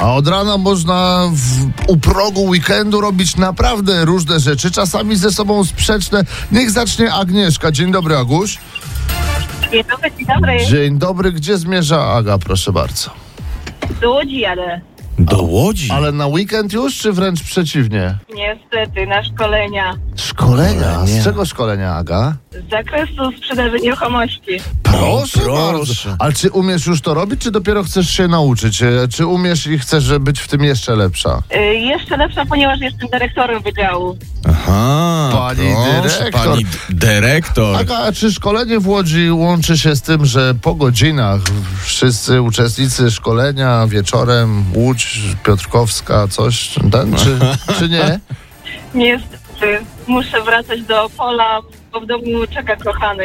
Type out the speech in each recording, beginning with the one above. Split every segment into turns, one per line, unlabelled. A od rana można w, u progu weekendu robić naprawdę różne rzeczy, czasami ze sobą sprzeczne. Niech zacznie Agnieszka. Dzień dobry, Aguś.
Dzień dobry, dzień dobry.
Dzień dobry. Gdzie zmierza Aga, proszę bardzo?
Do Łodzi jadę.
Do Łodzi?
Ale na weekend już, czy wręcz przeciwnie?
Niestety, na szkolenia
Szkolenia.
Szkolenia.
Z czego szkolenia, Aga?
z zakresu sprzedaży nieruchomości.
Proszę,
proszę.
bardzo. Ale czy umiesz już to robić, czy dopiero chcesz się nauczyć? E, Czy umiesz i chcesz żeby być w tym jeszcze lepsza?
Y, jeszcze lepsza, ponieważ jestem dyrektorem wydziału.
Aha.
Pani
proszę,
dyrektor.
Pani d- dyrektor.
Aga, a czy szkolenie w Łodzi łączy się z tym, że po godzinach wszyscy uczestnicy szkolenia wieczorem, Łódź, Piotrkowska, coś, ten, czy, czy nie?
Niestety, muszę wracać do Opola, bo w domu czeka kochany.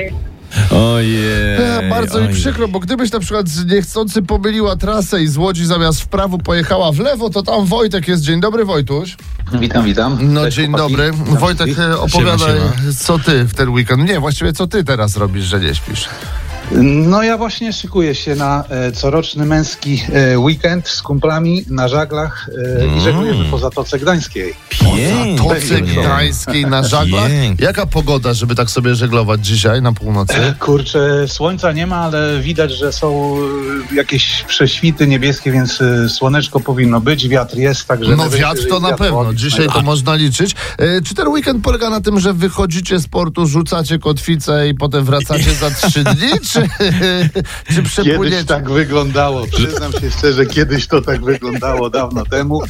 Ojej.
E, bardzo mi
ojej.
przykro, bo gdybyś na przykład niechcący pomyliła trasę i z Łodzi zamiast w prawo pojechała w lewo, to tam Wojtek jest. Dzień dobry, Wojtuś.
Witam, witam.
No
Cześć,
dzień
chłopaki.
dobry. Wojtek, e, opowiadaj,
siema.
co ty w ten weekend. Nie, właściwie co ty teraz robisz, że nie śpisz.
No ja właśnie szykuję się na e, coroczny męski e, weekend z kumplami na żaglach e,
Mm.
i żeglujemy po Zatoce Gdańskiej.
Pięknie.
Tocy Gdańskiej na żaglach.
Pięknie.
Jaka pogoda, żeby tak sobie żeglować dzisiaj na północy?
Kurczę, słońca nie ma, ale widać, że są e, jakieś prześwity niebieskie, więc e, słoneczko powinno być, wiatr jest, także...
No
najwyżej
wiatr to na
wiatr
pewno,
odbił.
dzisiaj to można liczyć. E, Czy ten weekend polega na tym, że wychodzicie z portu, rzucacie kotwicę i potem wracacie za trzy dni, czy, czy
Kiedyś
przepłyniecie?
tak wyglądało, przyznam się szczerze, kiedyś to tak wyglądało dawno temu.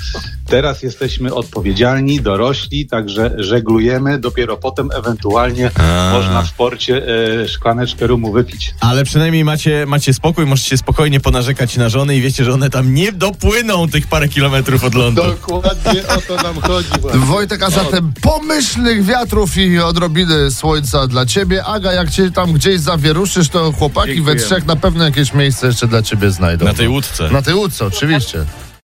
Teraz jesteśmy odpowiedzialni, dorośli, także żeglujemy, dopiero potem ewentualnie
A.
można w porcie e, szklaneczkę rumu wypić.
Ale przynajmniej macie, macie spokój, możecie spokojnie ponarzekać na żony i wiecie, że one tam nie dopłyną tych parę kilometrów od lądu.
Dokładnie o to nam chodzi.
Wojtek, a zatem pomyślnych wiatrów i odrobiny słońca dla ciebie. Aga, jak cię tam gdzieś zawieruszysz, to chłopaki we
Dziękujemy.
trzech na pewno jakieś miejsce jeszcze dla ciebie znajdą.
Na tej łódce.
Na tej łódce, oczywiście.